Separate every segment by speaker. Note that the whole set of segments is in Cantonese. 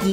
Speaker 1: 而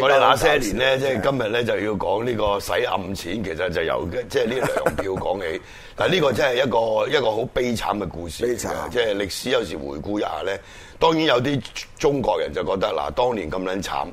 Speaker 2: 我哋那些年咧，即係
Speaker 3: 啊
Speaker 2: 今日咧就要講呢個洗暗錢，其實就由即係呢兩票講起。嗱，呢個真係一個一個好悲慘嘅故事嚟
Speaker 3: 悲慘
Speaker 2: 嘅，即係歷史有時回顧一下咧，當然有啲中國人就覺得嗱，當年咁撚慘，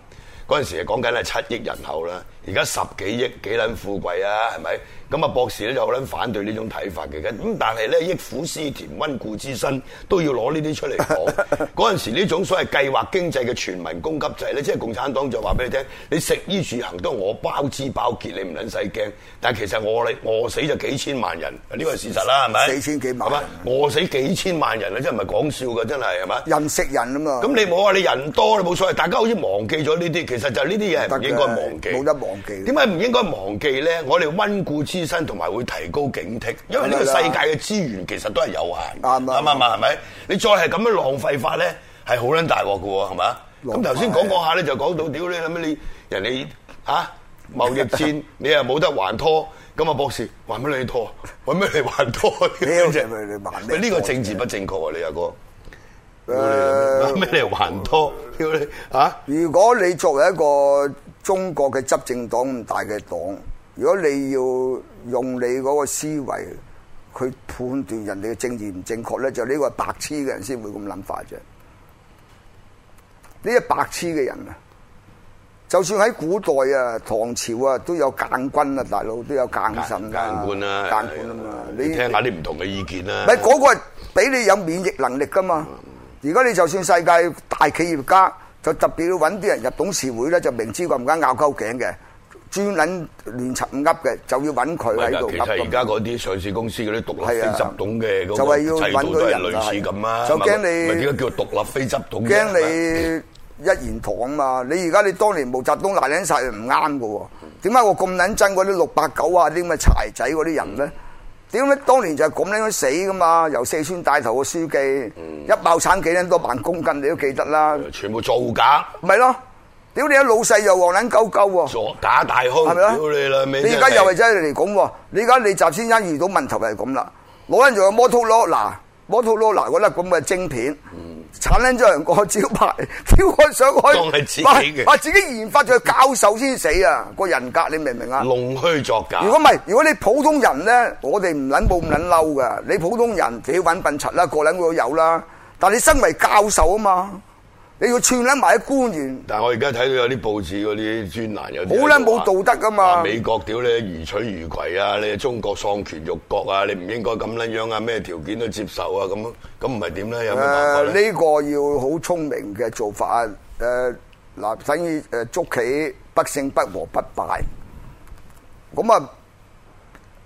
Speaker 2: 嗰陣時講緊係七億人口啦，而家十幾億幾撚富貴啊，係咪？咁啊，博士咧就好撚反對呢種睇法嘅，咁但係咧憶苦思甜、温故知新，都要攞呢啲出嚟 講。嗰陣時呢種所謂計劃經濟嘅全民供給制咧，即係共產黨就話俾你聽，你食衣住行都我包支包結，你唔撚使驚。但係其實我哋餓死就幾千萬人，呢個係事實啦，係咪？
Speaker 3: 四千幾萬
Speaker 2: 係咪餓死幾千萬人啊！真係唔係講笑嘅，真係係咪？
Speaker 3: 任食人啊嘛。
Speaker 2: 咁你冇話你人多你冇所謂，大家好似忘記咗呢啲，其實就係呢啲嘢係
Speaker 3: 唔
Speaker 2: 唔
Speaker 3: 得嘅
Speaker 2: 應該忘記，
Speaker 3: 冇得忘記
Speaker 2: 點解唔應該忘記咧？我哋温故知新同埋會提高警惕，因為呢個
Speaker 3: 係
Speaker 2: 世
Speaker 3: 啦
Speaker 2: 界嘅資源其實都係有限，
Speaker 3: 啱啱
Speaker 2: 啱唔啱啊？係咪？你再係咁樣浪費法咧，係好撚大鑊嘅喎，係咪啊？
Speaker 3: 浪費
Speaker 2: 咁頭先講講下咧，就講到屌你諗你人哋嚇、貿易 戰，你又冇得還拖，咁啊博士還乜你拖？揾乜你還拖？
Speaker 3: 屌你咪你還咩
Speaker 2: 喂呢個
Speaker 3: 拖
Speaker 2: 政治不正確啊，你阿哥。
Speaker 3: 誒
Speaker 2: 咩嚟還拖？屌你嚇！
Speaker 3: 如果你作為一個中國嘅執政黨咁大嘅黨，如果你要用你嗰個思維去判斷人哋嘅政治唔正確咧，就呢個係白痴嘅人先會咁諗法啫。呢啲白痴嘅人啊，就算喺古代啊、唐朝啊，都有間軍啊，大佬都有間
Speaker 2: 間
Speaker 3: 臣
Speaker 2: 官啦，
Speaker 3: 間官啊嘛，
Speaker 2: 你聽下啲唔同嘅意見
Speaker 3: 唔
Speaker 2: 啦。
Speaker 3: 係嗰個係俾你有免疫能力噶嘛。而家你就算世界大企業家，就特別要揾啲人入董事會咧，就明知佢唔啱拗鳩頸嘅，專撚亂柒噏嘅，就要揾佢
Speaker 2: 唔
Speaker 3: 喺
Speaker 2: 係㗎
Speaker 3: 度
Speaker 2: 其
Speaker 3: 噏
Speaker 2: 實而
Speaker 3: 㗎
Speaker 2: 家
Speaker 3: 嘛。
Speaker 2: 嗰啲上市公司嗰啲獨立
Speaker 3: 係
Speaker 2: 非
Speaker 3: 啊
Speaker 2: 執董嘅嗰
Speaker 3: 就
Speaker 2: 個
Speaker 3: 係要
Speaker 2: 制
Speaker 3: 揾
Speaker 2: 度
Speaker 3: 嗰
Speaker 2: 都
Speaker 3: 啲
Speaker 2: 係
Speaker 3: 人
Speaker 2: 類似咁啊。
Speaker 3: 就驚你
Speaker 2: 唔係點解叫獨立非執董啫？
Speaker 3: 驚
Speaker 2: 係咪
Speaker 3: 你一言堂啊嘛！你而家你當年毛澤東嗱撚晒唔啱嘅喎，點解我咁撚憎嗰啲六八九啊啲咁嘅柴仔嗰啲人咧？點解當年就係咁撚樣死噶嘛？由四川帶頭嘅書記，
Speaker 2: 嗯
Speaker 3: 一畝產幾撚多萬公斤，你都記得啦。
Speaker 2: 全部造假、
Speaker 3: 咪咯，屌你啲老細又黃撚鳩鳩喎，
Speaker 2: 作假大空，
Speaker 3: 係咪
Speaker 2: 屌你
Speaker 3: 咯？
Speaker 2: 啦尾！
Speaker 3: 你而家又係真係嚟講喎，你而家你習先生遇到問題係咁啦，攞人仲有摩托羅嗱，摩托羅嗱嗰粒咁嘅晶片，產撚咗人個招牌， 挑開上
Speaker 2: 嗯當係自己
Speaker 3: 去，
Speaker 2: 嘅
Speaker 3: 話自己研發咗去教授先死啊！個人格你明唔明啊？
Speaker 2: 弄虛作假
Speaker 3: 如。果唔係，如果你普通人咧，我哋唔撚冇咁撚嬲噶。你普通人自己揾笨柒啦，個撚個都有啦。但你身為教授啊嘛，你要串撚埋啲官員。
Speaker 2: 但係我而家睇到有啲報紙嗰啲專欄有啲
Speaker 3: 好撚冇道德㗎嘛
Speaker 2: 話美國屌你如取如攜啊！你中國喪權辱國啊！你唔應該咁撚樣啊！咩條件都接受啊！咁咁唔係點咧？有
Speaker 3: 誒
Speaker 2: 咩辦法咧？
Speaker 3: 呢個要好聰明嘅做法啊！誒嗱，等於誒捉棋不勝不和不敗。咁啊，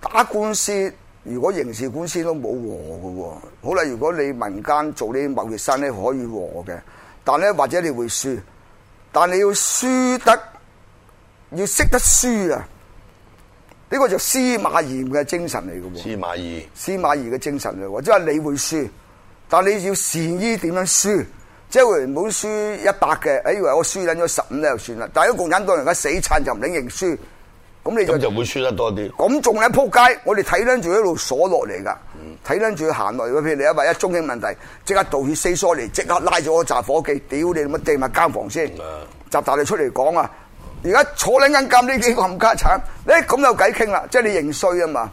Speaker 3: 打官司如果刑事官司都冇和嘅喎。好啦，如果你民間做呢啲貿易生咧可以和嘅，但咧或者你會輸，但你要輸得要識得輸啊！呢個就司馬炎嘅精神嚟嘅喎。
Speaker 2: 司馬懿
Speaker 3: 司馬懿嘅精神嚟喎，即係你會輸，但你要善於點樣輸，即係原本輸一百嘅，哎以為我輸撚咗十五咧就算啦，但係如果共產黨人家死撐就唔撚認輸，咁你
Speaker 2: 咁
Speaker 3: 就
Speaker 2: 就會輸得多啲。
Speaker 3: 咁仲喺撲街，我哋睇撚住一路鎖落嚟㗎，睇撚住佢行落嚟，譬如你因為一中興問題，即刻道歉 say sorry，即刻拉咗我扎伙計，屌你乜地物監房先
Speaker 2: 啊，
Speaker 3: 集大你出嚟講啊！而家坐撚緊監呢幾個冚家產，你咁有偈傾啦，即係你認衰啊嘛！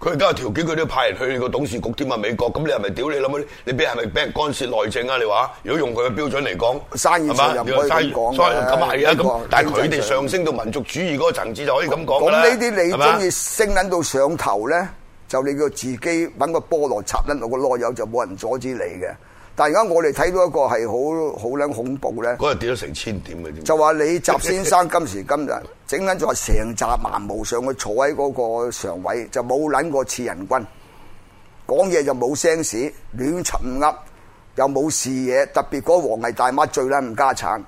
Speaker 2: 佢而家有條件，佢都派人去個董事局添啊！美國咁你係咪屌你諗你俾係咪俾人干涉內政啊？你話如果用佢嘅標準嚟講，
Speaker 3: 生意上又唔可以
Speaker 2: 係嘛
Speaker 3: 咁講嘅
Speaker 2: 生意咁啊係啊！
Speaker 3: 呢個
Speaker 2: 咁但係佢
Speaker 3: 經濟
Speaker 2: 哋
Speaker 3: 上
Speaker 2: 上升到民族主義嗰個層次就可以咁講
Speaker 3: 咁
Speaker 2: 㗎啦
Speaker 3: 呢啲你
Speaker 2: 係嘛
Speaker 3: 中意升撚到上頭咧，就你叫自己揾個菠蘿插撚落個內友，就冇人阻止你嘅。但係而家我哋睇到一個係好好撚恐怖咧，
Speaker 2: 嗰日跌咗成千點嘅啫。
Speaker 3: 就話李習先生今時今日整撚咗成扎盲毛上去坐喺嗰個常委，就冇撚過次人君，講嘢就冇聲屎，亂沉噏，又冇視野，特別嗰個王毅大媽最撚唔家產。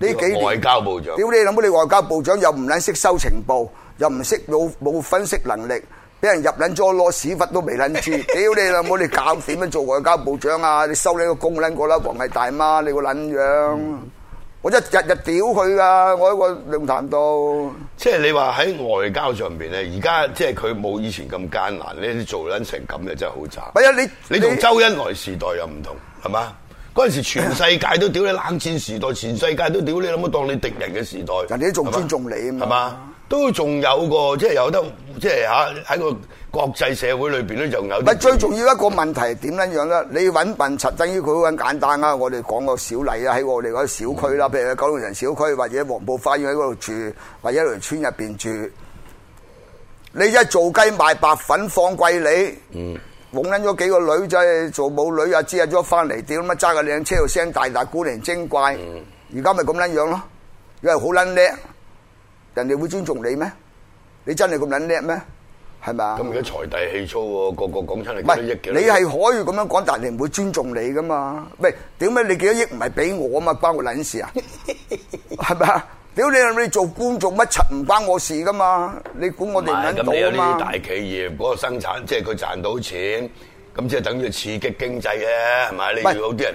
Speaker 3: 呢幾年
Speaker 2: 外交部長
Speaker 3: 屌你諗你外交部長又唔撚識收情報，又唔識冇冇分析能力，俾人入撚咗攞屎忽都未 撚知。屌你老母，你搞點樣做外交部長啊？你收你個公撚過啦，黃毅大媽你個撚樣！我一日日屌佢噶，我喺個論壇度。
Speaker 2: 即係你話喺外交上邊咧，而家即係佢冇以前咁艱難咧，你做撚成咁就真係好渣。
Speaker 3: 唔係啊，你
Speaker 2: 你同周恩來時代又唔同，係嘛？嗰陣時全世界都屌你冷戰時代，全世界都屌你諗乜當你敵人嘅時代，
Speaker 3: 人哋都仲
Speaker 2: 係嘛
Speaker 3: 尊重你啊嘛
Speaker 2: 係嘛？都仲有個即係有得即係嚇喺個國際社會裏邊咧，就有
Speaker 3: 唔係
Speaker 2: 啲
Speaker 3: 最重要一個問題係點樣樣咧？你揾笨柒，等於佢好簡單啦。我哋講個小例啦，喺我哋嗰啲小區啦，譬如九龍城小區或者黃埔花園喺嗰度住，或者一條村入邊住，你一做雞賣白粉放貴你，嗯，揾撚咗幾個女仔做舞女啊，之後咗翻嚟，屌乜揸個靚車又聲大大古靈精怪，而家咪咁撚樣咯，因為好撚叻，人哋會尊重你咩？你真係咁撚叻咩？係咪啊？
Speaker 2: 咁而家財大氣粗喎，個個講出嚟
Speaker 3: 唔
Speaker 2: 幾
Speaker 3: 係
Speaker 2: 多億嘅。
Speaker 3: 你係可以咁樣講，但係你唔會尊重你噶嘛？喂，屌咩？你幾多億唔係俾我啊嘛？關我撚事 啊？係咪啊？屌你！你做官做乜柒唔關我事噶嘛？你估我哋唔
Speaker 2: 咁你有
Speaker 3: 撚到啊
Speaker 2: 呢啲
Speaker 3: 嘛
Speaker 2: 大？企業嗰個生產，即係佢賺到錢，咁即係等於刺激經濟嘅，係咪？你
Speaker 3: 喂
Speaker 2: 要有啲人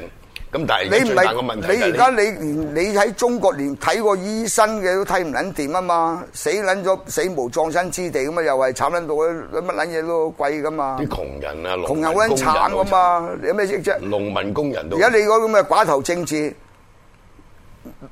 Speaker 2: 咁，但係而
Speaker 3: 你
Speaker 2: 家
Speaker 3: 唔
Speaker 2: 最大個問題
Speaker 3: 係你
Speaker 2: 就係
Speaker 3: 而家你連你喺中國連睇個醫生嘅都睇唔撚掂啊嘛？死撚咗死無葬身之地咁啊！又係慘撚到乜撚嘢都貴噶嘛？
Speaker 2: 啲窮人啊，農
Speaker 3: 窮
Speaker 2: 民
Speaker 3: 人好撚
Speaker 2: 工人好
Speaker 3: 慘噶嘛？你有咩益啫？
Speaker 2: 慘，農民工人都
Speaker 3: 而家你嗰咁嘅寡頭政治，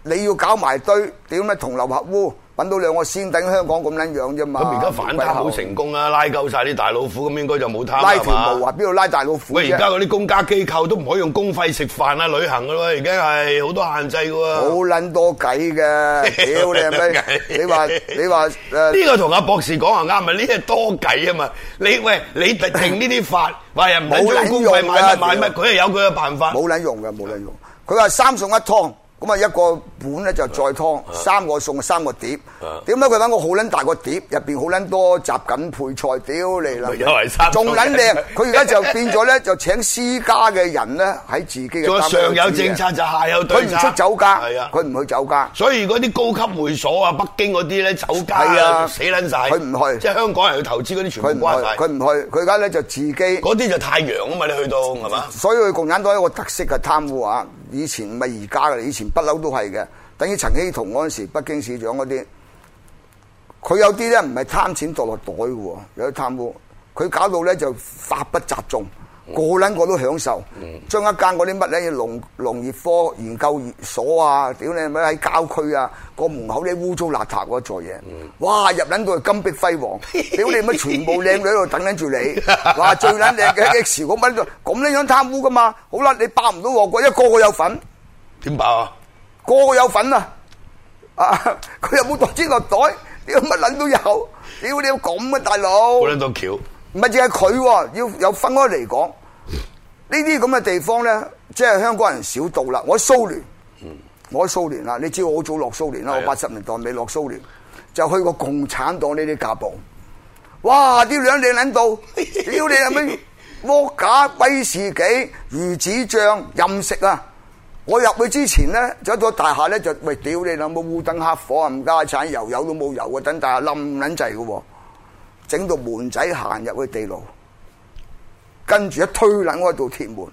Speaker 3: 你要搞埋堆，屌咩同流合污，揾到兩個先頂香港咁撚樣啫嘛。
Speaker 2: 咁而家反貪好成功啊，拉夠晒啲大老虎，咁應該就冇貪啦
Speaker 3: 拉
Speaker 2: 係嘛
Speaker 3: 條毛啊，邊度拉大老虎
Speaker 2: 喂，而家
Speaker 3: 啫？
Speaker 2: 嗰啲公家機構都唔可以用公費食飯啊、旅行噶咯，而家係好多限制嘅
Speaker 3: 好
Speaker 2: 喎。
Speaker 3: 撚多計嘅， 屌你係咪？你話你話誒
Speaker 2: 呢個同阿博士講啊啱啊，呢啲係多計啊嘛。你喂，你定呢啲法， 話人唔
Speaker 3: 冇
Speaker 2: 撚
Speaker 3: 撚
Speaker 2: 將公費
Speaker 3: 用
Speaker 2: 買
Speaker 3: 啊
Speaker 2: 乜買乜，
Speaker 3: 屌
Speaker 2: 佢係有佢嘅辦法。
Speaker 3: 冇撚用嘅，冇撚用。佢話三餸一湯，咁啊一個碗咧就再湯，三個餸三個碟。點解佢揾個好撚大個碟，入邊好撚多雜緊配菜，屌你啦！
Speaker 2: 又係三餸
Speaker 3: 仲撚靚，佢而家 就變咗咧， 就請私家嘅人咧喺自己嘅
Speaker 2: 仲有
Speaker 3: 單位
Speaker 2: 上有
Speaker 3: 度煮嘢
Speaker 2: 政策就下有
Speaker 3: 佢
Speaker 2: 對
Speaker 3: 唔
Speaker 2: 策。
Speaker 3: 出酒家，
Speaker 2: 係啊，
Speaker 3: 佢唔去酒家。
Speaker 2: 所以嗰啲高級會所啊，北京嗰啲咧酒家
Speaker 3: 係啊
Speaker 2: 啊，死撚晒。
Speaker 3: 佢唔去
Speaker 2: 即係香港人去投資嗰啲全部
Speaker 3: 佢唔去，
Speaker 2: 關晒。
Speaker 3: 佢唔去，佢而家咧就自己，
Speaker 2: 嗰啲就太陽啊嘛，你去到係嘛？
Speaker 3: 所以佢共產黨有一個特色嘅貪污啊！以前咪而家嘅，以前不嬲都係嘅。等於陳希同嗰陣時，北京市長嗰啲，佢有啲咧唔係貪錢墮落袋嘅喎，有啲貪污，佢搞到咧就法不責眾，個撚個都享受，將一間嗰啲乜咧農農業科研究所啊，屌你咪喺郊區啊，個門口啲污糟邋遢嗰座嘢，哇入撚到去金碧輝煌，屌你乜全部靚女喺度等緊住你，哇最撚靚嘅 X 嗰乜咁樣樣貪污噶嘛，好啦你爆唔到鑊個，因為個個有份。
Speaker 2: 點爆啊？
Speaker 3: 個個有份啊！啊，佢有冇袋錢落袋？屌乜撚都有，屌你有咁嘅大佬，
Speaker 2: 好
Speaker 3: 唔
Speaker 2: 撚多橋。
Speaker 3: 係淨係佢喎，要有分開嚟講。呢啲咁嘅地方咧，即係香港人少到啦。我喺蘇聯，我喺蘇聯啦，你知我好早落蘇聯啦，
Speaker 2: 嗯係啊
Speaker 3: 我八十年代尾落蘇聯，就去過共產黨呢啲架步。哇！啲兩靚撚 到，屌你係咪窩架威士忌、魚子醬任食啊！我入去之前咧，走到大廈咧就喂，屌你老母烏燈黑火啊！唔家產油油都冇油啊！等大廈冧撚滯嘅喎，整到門仔行入去地牢，跟住一推撚開度鐵門，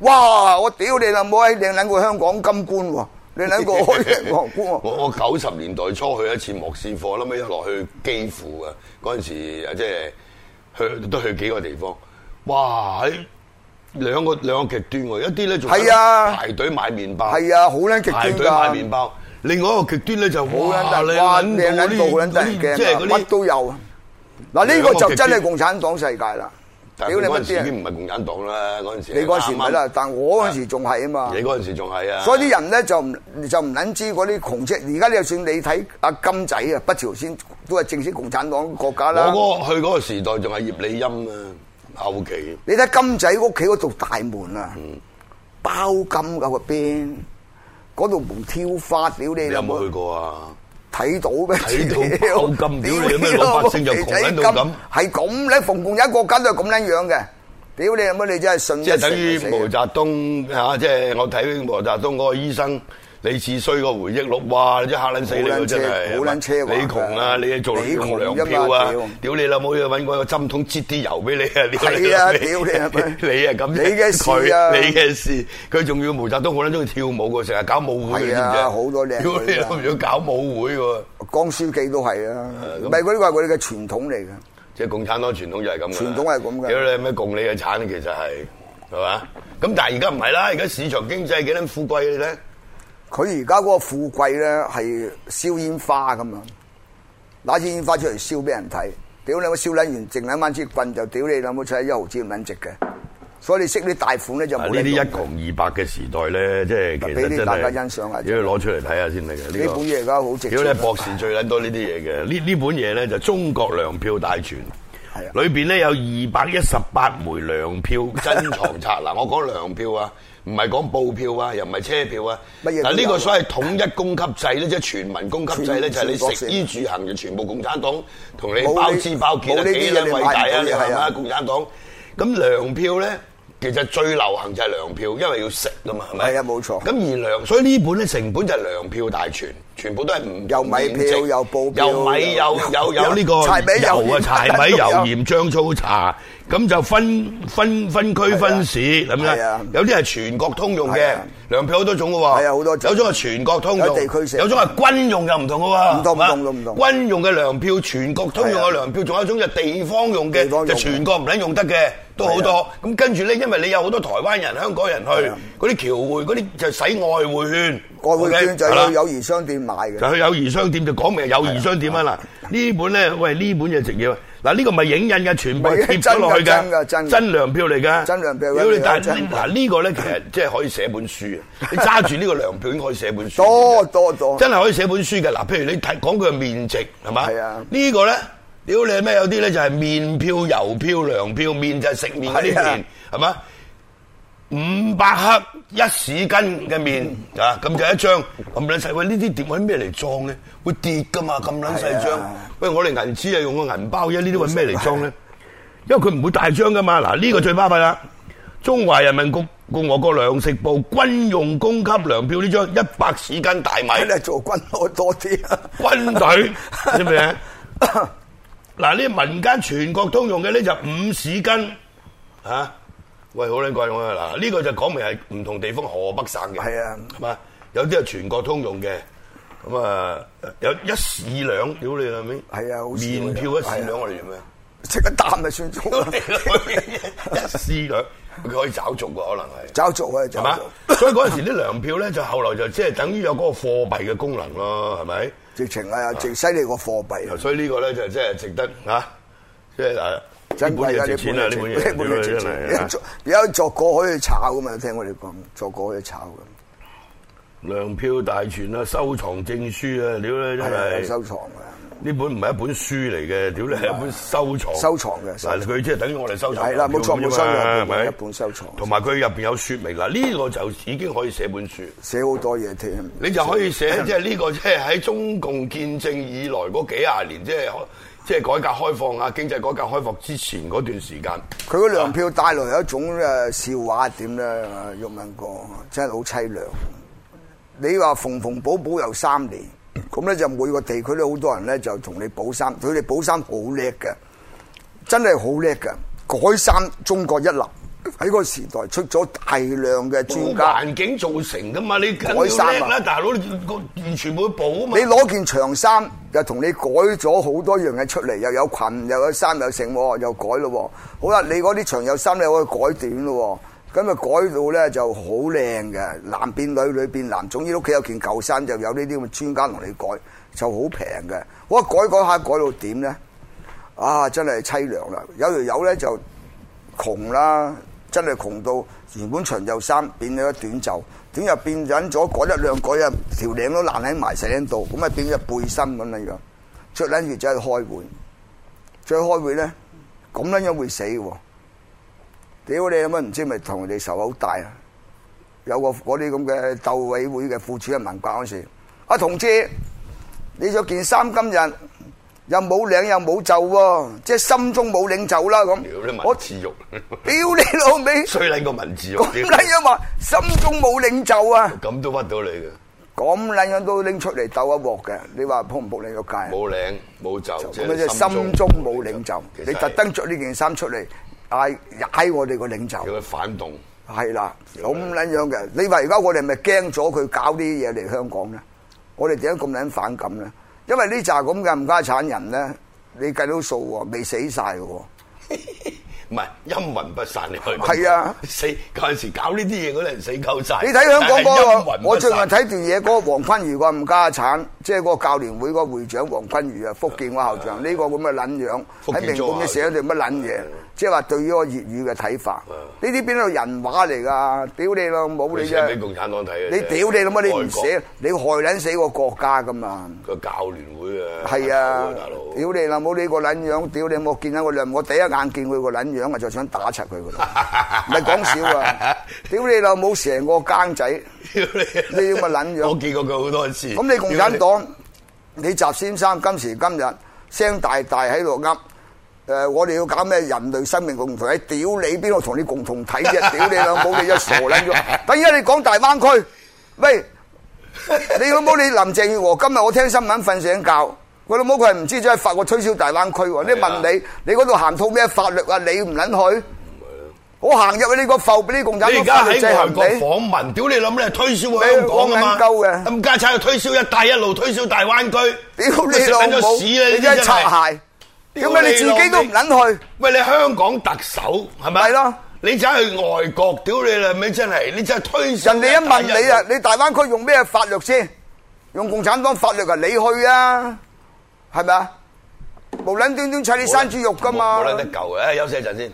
Speaker 3: 哇！我屌你老母喺靚撚過香港金冠喎， 靚撚過開嘅皇冠喎。
Speaker 2: 我我九十年代初去一次莫斯科，後尾落去基輔啊，嗰陣時啊即係去都去幾個地方，哇！喺兩個兩個極端喎，一啲咧仲
Speaker 3: 係啊
Speaker 2: 排隊買麵包，
Speaker 3: 係啊，好撚極
Speaker 2: 排
Speaker 3: 端
Speaker 2: 隊買麵
Speaker 3: 㗎，
Speaker 2: 包。另外一個極端咧就
Speaker 3: 好撚大
Speaker 2: 哇，你
Speaker 3: 哇！靚
Speaker 2: 揾
Speaker 3: 撚到好撚
Speaker 2: 到
Speaker 3: 得
Speaker 2: 啲
Speaker 3: 人
Speaker 2: 即
Speaker 3: 驚
Speaker 2: 係
Speaker 3: 啊
Speaker 2: 嗰
Speaker 3: 乜
Speaker 2: 啲，
Speaker 3: 都有啊！嗱，呢個就真係共產黨世界啦！
Speaker 2: 但
Speaker 3: 屌
Speaker 2: 係
Speaker 3: 你
Speaker 2: 佢
Speaker 3: 乜
Speaker 2: 嗰陣時
Speaker 3: 啲
Speaker 2: 已
Speaker 3: 啊！
Speaker 2: 經唔係共產黨啦，嗰陣時
Speaker 3: 你嗰陣時唔係啦
Speaker 2: 啱啱，
Speaker 3: 但我嗰陣時仲係啊嘛
Speaker 2: 你。嗰陣時仲係啊，
Speaker 3: 所以啲人咧就唔就唔撚知嗰啲窮啫。而家你就算你睇阿金仔啊，北朝鮮都係正式共產黨國家啦。
Speaker 2: 我嗰個去嗰個時代仲係葉利欽啊，後期
Speaker 3: 你睇金仔屋企嗰度大門啊，
Speaker 2: 嗯
Speaker 3: 包金噶個邊，嗰度門挑花，屌你
Speaker 2: 你
Speaker 3: 老
Speaker 2: 有
Speaker 3: 母
Speaker 2: 冇去過啊？
Speaker 3: 睇到咩？
Speaker 2: 睇 到包金屌你咩老百姓就窮撚到咁
Speaker 3: 係咁咧，逢共有一國家都係咁撚樣嘅。屌你乜你真係信
Speaker 2: 即係等於
Speaker 3: 於
Speaker 2: 毛澤東嚇、啊即係我睇毛澤東嗰個醫生李似衰個回憶錄，哇！你真嚇撚死你
Speaker 3: 好
Speaker 2: 喎
Speaker 3: 撚車
Speaker 2: 真係，
Speaker 3: 好撚車
Speaker 2: 你
Speaker 3: 話㗎
Speaker 2: 窮啊，你做
Speaker 3: 你窮
Speaker 2: 糧
Speaker 3: 啫嘛
Speaker 2: 票啊
Speaker 3: 屌，
Speaker 2: 屌你老母要揾個針筒擠啲油俾你啊！你
Speaker 3: 係啊
Speaker 2: 你
Speaker 3: 屌 你啊
Speaker 2: 你你啊咁，
Speaker 3: 你嘅事
Speaker 2: 佢
Speaker 3: 啊
Speaker 2: 你嘅事，佢仲要毛澤東好撚中意跳舞嘅，成日搞舞會
Speaker 3: 係
Speaker 2: 嘅，
Speaker 3: 啊
Speaker 2: 知唔知
Speaker 3: 好多靚
Speaker 2: 屌你
Speaker 3: 女㗎
Speaker 2: 老母要搞舞會喎，
Speaker 3: 江書記都係啊，
Speaker 2: 咁
Speaker 3: 唔係嗰啲話佢哋嘅傳統嚟嘅。
Speaker 2: 即係共產黨傳統就係咁嘅。
Speaker 3: 傳統係咁㗎
Speaker 2: 屌你咩共你嘅產其實係係嘛？咁但係而家唔係啦，而家市場經濟幾撚富貴咧？
Speaker 3: 佢而家嗰個富貴咧係燒煙花咁樣，攞支煙花出嚟燒俾人睇。屌你，我燒撚完剩撚翻支棍就屌你老母，出一毫子唔撚值嘅。所以你識啲大款咧就
Speaker 2: 啊
Speaker 3: 冇
Speaker 2: 呢啲一
Speaker 3: 得用
Speaker 2: 窮二白嘅時代咧，即係其實
Speaker 3: 俾
Speaker 2: 真係
Speaker 3: 啲大家欣賞下
Speaker 2: 要攞出嚟睇下先得嘅。
Speaker 3: 呢
Speaker 2: 呢
Speaker 3: 本
Speaker 2: 個
Speaker 3: 嘢而家好值
Speaker 2: 屌
Speaker 3: 錢啊
Speaker 2: 你博士最撚多呢啲嘢嘅，呢呢本嘢咧就《中國糧票大全》，
Speaker 3: 係啊
Speaker 2: 裏邊咧有二百一十八枚 糧票珍藏冊。嗱，我講糧票啊，唔係講布票啊，又唔係車票啊。
Speaker 3: 乜嘢都有
Speaker 2: 嗱，呢個所謂統一供給制咧，即係全民供給制
Speaker 3: 全
Speaker 2: 咧，就係你
Speaker 3: 全國性
Speaker 2: 食衣住行就全部共產黨同你
Speaker 3: 冇
Speaker 2: 包
Speaker 3: 你
Speaker 2: 支包
Speaker 3: 冇
Speaker 2: 結啊，
Speaker 3: 呢啲
Speaker 2: 幾撚
Speaker 3: 嘢你
Speaker 2: 偉
Speaker 3: 買唔
Speaker 2: 大啊！
Speaker 3: 到嘢
Speaker 2: 你係
Speaker 3: 係
Speaker 2: 嘛
Speaker 3: 啊？
Speaker 2: 共產黨咁糧票咧，其實最流行就係糧票，因為要食噶嘛，係咪？
Speaker 3: 係啊冇錯
Speaker 2: 咁而糧，所以呢本咧成本就係糧票大全，全部都係唔
Speaker 3: 有米票
Speaker 2: 唔
Speaker 3: 有布票
Speaker 2: 有米有有有呢個
Speaker 3: 柴米油
Speaker 2: 油啊，
Speaker 3: 鹽
Speaker 2: 柴米油
Speaker 3: 都有
Speaker 2: 鹽醬醋茶，咁就分分分區分市咁
Speaker 3: 係
Speaker 2: 樣
Speaker 3: 啊。
Speaker 2: 有啲係全國通用
Speaker 3: 係
Speaker 2: 嘅
Speaker 3: 啊
Speaker 2: 糧票好多種嘅喎，
Speaker 3: 係啊好多種
Speaker 2: 有種係全國通用，
Speaker 3: 有地區性
Speaker 2: 有種係軍用又唔同嘅喎，
Speaker 3: 唔同唔
Speaker 2: 係嘛
Speaker 3: 同唔同
Speaker 2: 軍用嘅糧票，全國通用嘅
Speaker 3: 係
Speaker 2: 糧票，仲有一種就地方用嘅
Speaker 3: 地方，
Speaker 2: 就
Speaker 3: 用
Speaker 2: 全國唔撚用得嘅都好
Speaker 3: 係
Speaker 2: 多。咁跟住咧，因為你有好多台灣人、香港人
Speaker 3: 係啊
Speaker 2: 去嗰啲僑會，嗰啲就使外匯券，
Speaker 3: 外匯券就
Speaker 2: OK，係啦
Speaker 3: 去友誼商店買嘅，
Speaker 2: 就去友誼啊商店就講明係友誼商店啊嗱，呢本咧喂呢本嘢直嘢喎嗱呢個唔係影印嘅，全部係貼咗落去
Speaker 3: 真㗎真
Speaker 2: 嘅，
Speaker 3: 㗎真㗎
Speaker 2: 真糧票嚟㗎，
Speaker 3: 真糧票
Speaker 2: 屌你但係
Speaker 3: 真
Speaker 2: 呢
Speaker 3: 㗎
Speaker 2: 嗱呢個咧其實即係可以寫本書啊！你揸住呢個糧票已經可以寫本書，
Speaker 3: 多多多
Speaker 2: 真係可以寫本書嘅嗱。譬如你睇講佢嘅面值係嘛？
Speaker 3: 係啊
Speaker 2: 呢個咧。屌你咩？有啲咧就係面票、郵票、糧票，面就係食面嗰啲
Speaker 3: 係啊
Speaker 2: 面，係嘛？五百克一市斤嘅面
Speaker 3: 嗯
Speaker 2: 啊，咁就一張咁撚細。喂，呢啲點揾咩嚟裝咧？會跌噶嘛？咁撚細
Speaker 3: 係
Speaker 2: 張
Speaker 3: 啊。
Speaker 2: 喂，我哋銀紙啊，用個銀包啫，呢啲揾咩嚟裝咧？因為佢唔會大張噶嘛。嗱，呢個最巴閉啦。中華人民共共和國糧食部軍用供給糧票呢張一百市斤大米。
Speaker 3: 你做軍多多啲啊！
Speaker 2: 軍隊，知唔知啊？嗱，呢民間全國通用嘅呢就五市斤嚇、啊喂，好撚貴我啊！嗱，呢個就講明係唔同地方河北省嘅，
Speaker 3: 係啊
Speaker 2: 係嘛？有啲係全國通用嘅，咁啊有一市兩，屌你係咪？
Speaker 3: 係啊好少嘅
Speaker 2: 面票一市
Speaker 3: 係
Speaker 2: 兩，
Speaker 3: 啊
Speaker 2: 我哋做咩啊？
Speaker 3: 即刻擔咪算
Speaker 2: 屌
Speaker 3: 咗
Speaker 2: 你， 老味一市兩，佢可以找續喎，可能係。
Speaker 3: 找做啊，
Speaker 2: 係
Speaker 3: 找
Speaker 2: 嘛
Speaker 3: 做，？
Speaker 2: 所以嗰陣時啲糧票咧，就後來就即係等於有嗰個貨幣嘅功能咯，係咪？
Speaker 3: 直情啊，直犀利過貨幣啊！
Speaker 2: 所以呢個咧就真係值得嚇，即係誒呢本
Speaker 3: 真貴
Speaker 2: 嘢
Speaker 3: 啊！
Speaker 2: 值
Speaker 3: 呢
Speaker 2: 錢啊！呢本嘢
Speaker 3: 呢本嘢值
Speaker 2: 真係啊
Speaker 3: 錢，有作過可以炒噶嘛？聽我哋講，作過可以炒噶。
Speaker 2: 糧票大全啊，收藏證書啊，屌你真
Speaker 3: 係
Speaker 2: 係
Speaker 3: 收藏嘅，
Speaker 2: 呢本唔係一本書嚟嘅，屌你係一本收藏
Speaker 3: 收藏嘅收藏
Speaker 2: 哦嗱佢即係等於我哋收藏
Speaker 3: 係啦冇錯
Speaker 2: 糧票
Speaker 3: 冇收
Speaker 2: 啫嘛
Speaker 3: 糧票
Speaker 2: 係咪
Speaker 3: 一本收藏
Speaker 2: 同埋佢入邊有説明嗱，呢個就已經可以寫本書。
Speaker 3: 寫好多嘢添。
Speaker 2: 你就可以寫
Speaker 3: 啊
Speaker 2: 即係呢個即係喺中共建政以來嗰幾廿年，即係可即係改革開放啊、經濟改革開放之前嗰段時間，
Speaker 3: 佢嗰糧票帶來有一種誒笑話點咧，啊毓民哥真係好凄涼。你話縫縫補補又三年，咁咧就每個地區都好多人咧就同你補衫，佢哋補衫好叻嘅，真係好叻嘅，改衫中國一流。喺個時代出咗大量嘅專
Speaker 2: 冇
Speaker 3: 家，
Speaker 2: 環境造成噶嘛，你梗要
Speaker 3: 改衫啊
Speaker 2: 叻啦，大佬你個完全冇得補啊嘛
Speaker 3: 你。攞件長衫又同你改咗好多樣嘢出嚟，又有裙，又有衫，又剩喎，又改咯喎。好啦，你嗰啲長袖衫你可以改短咯喎，咁啊改到咧就好靚嘅，男變女，女變男。總之屋企有件舊衫，就有呢啲咁嘅專家同你改，就好平嘅。我改改下改到點咧？啊，真係凄涼啦！有條友咧就窮啦，真係窮到原本長袖衫變咗短袖，短袖變緊咗改一兩改啊，條領都爛喺埋細領度，咁啊變咗背心咁樣樣，着撚住走去開會，再開會咧咁撚樣會死嘅喎！屌你咁啊，唔知咪同人哋仇口大啊！有個嗰啲咁嘅鬥委會嘅副主任文革嗰時，啊同志，你着件衫今日又冇領又冇就喎，即係心中冇領袖啦咁
Speaker 2: 屌你。
Speaker 3: 我
Speaker 2: 文字 獄，
Speaker 3: 屌你老味，
Speaker 2: 衰撚個文字
Speaker 3: 咁
Speaker 2: 獄，
Speaker 3: 撚樣話心中冇領袖啊！
Speaker 2: 咁都屈到你嘅，
Speaker 3: 咁撚樣都拎出嚟鬥一鑊嘅，你話撲唔撲你個界啊？
Speaker 2: 冇領冇就，
Speaker 3: 咁樣即係心中冇領袖，
Speaker 2: 其實
Speaker 3: 你特登着呢件衫出嚟嗌踩我哋個領
Speaker 2: 係叫
Speaker 3: 袖，
Speaker 2: 佢反動，
Speaker 3: 係啦，咁撚樣嘅。你話而家我哋咪驚咗佢搞啲嘢嚟香港咧？我哋點解咁撚反感咧？因為呢扎咁嘅冚家產人咧，你計到數喎，未死晒嘅喎。
Speaker 2: 唔係陰魂不散，你去
Speaker 3: 係啊
Speaker 2: 死嗰陣時搞呢啲嘢嗰啲人死夠晒。
Speaker 3: 你睇香港嗰
Speaker 2: 但係陰
Speaker 3: 個
Speaker 2: 魂，不
Speaker 3: 我最近
Speaker 2: 散
Speaker 3: 睇段嘢，嗰個黃坤如個冚家產，即係嗰個教聯會嗰個會長黃坤如啊，福建嗰校長，呢個咁嘅撚樣
Speaker 2: 福
Speaker 3: 喺
Speaker 2: 建
Speaker 3: 明
Speaker 2: 中
Speaker 3: 報
Speaker 2: 校
Speaker 3: 嘅寫咗段乜撚嘢，即係話對於個粵語嘅睇法，呢啲邊度人話嚟㗎？屌你老母你
Speaker 2: 佢寫俾
Speaker 3: 啫！
Speaker 2: 共產黨睇嘅啫，
Speaker 3: 你屌你老母，你唔
Speaker 2: 愛
Speaker 3: 寫，你害撚死個國家㗎嘛？
Speaker 2: 國個教聯會啊，
Speaker 3: 係啊
Speaker 2: 大佬，，
Speaker 3: 屌你老母呢個撚樣，屌你我見到個兩，我第一眼見佢個撚樣啊，就想打柒佢㗎 啦，唔係講笑啊！屌你老母成個更仔！
Speaker 2: 屌你
Speaker 3: 你要咪 撚樣
Speaker 2: 我見過佢好多次。
Speaker 3: 咁你共產
Speaker 2: 屌
Speaker 3: 黨，你習先生今時今日聲大大喺度噏，誒、我哋要搞咩人類生命共同體？屌你邊個同你共同體 啫？屌你老母，你真係傻撚咗！等而家你講大灣區， 喂，你老母你林鄭月娥今日我聽新聞瞓醒覺，佢老母佢係唔知走去法國推銷大灣區喎？你
Speaker 2: 係啊
Speaker 3: 問你，你嗰度行套咩法律啊？你唔撚去？我行入去呢個埠俾啲共產
Speaker 2: 你
Speaker 3: 黨
Speaker 2: 而家
Speaker 3: 法律制
Speaker 2: 喺外
Speaker 3: 衡
Speaker 2: 國
Speaker 3: 你。
Speaker 2: 訪問，屌你諗你係推銷香港啊嘛？
Speaker 3: 你戇鳩嘅
Speaker 2: 咁家產又推銷一帶一路，推銷大灣區。
Speaker 3: 屌你
Speaker 2: 食
Speaker 3: 老
Speaker 2: 撚
Speaker 3: 母！
Speaker 2: 咗屎啦！
Speaker 3: 你
Speaker 2: 呢啲
Speaker 3: 真係
Speaker 2: 真
Speaker 3: 擦
Speaker 2: 係。
Speaker 3: 鞋，點解你自己都唔撚去？
Speaker 2: 喂，你香港特首係咪？
Speaker 3: 係咯。
Speaker 2: 你走去外國，屌你啦！咪真係，你真係推銷
Speaker 3: 人哋一問
Speaker 2: 帶
Speaker 3: 你啊，你大灣區用咩法律先？用共產黨法律啊，你去啊，係咪啊？無撚端端砌你
Speaker 2: 路
Speaker 3: 山豬肉噶嘛
Speaker 2: 冇？冇撚得救嘅，唉休息一陣先。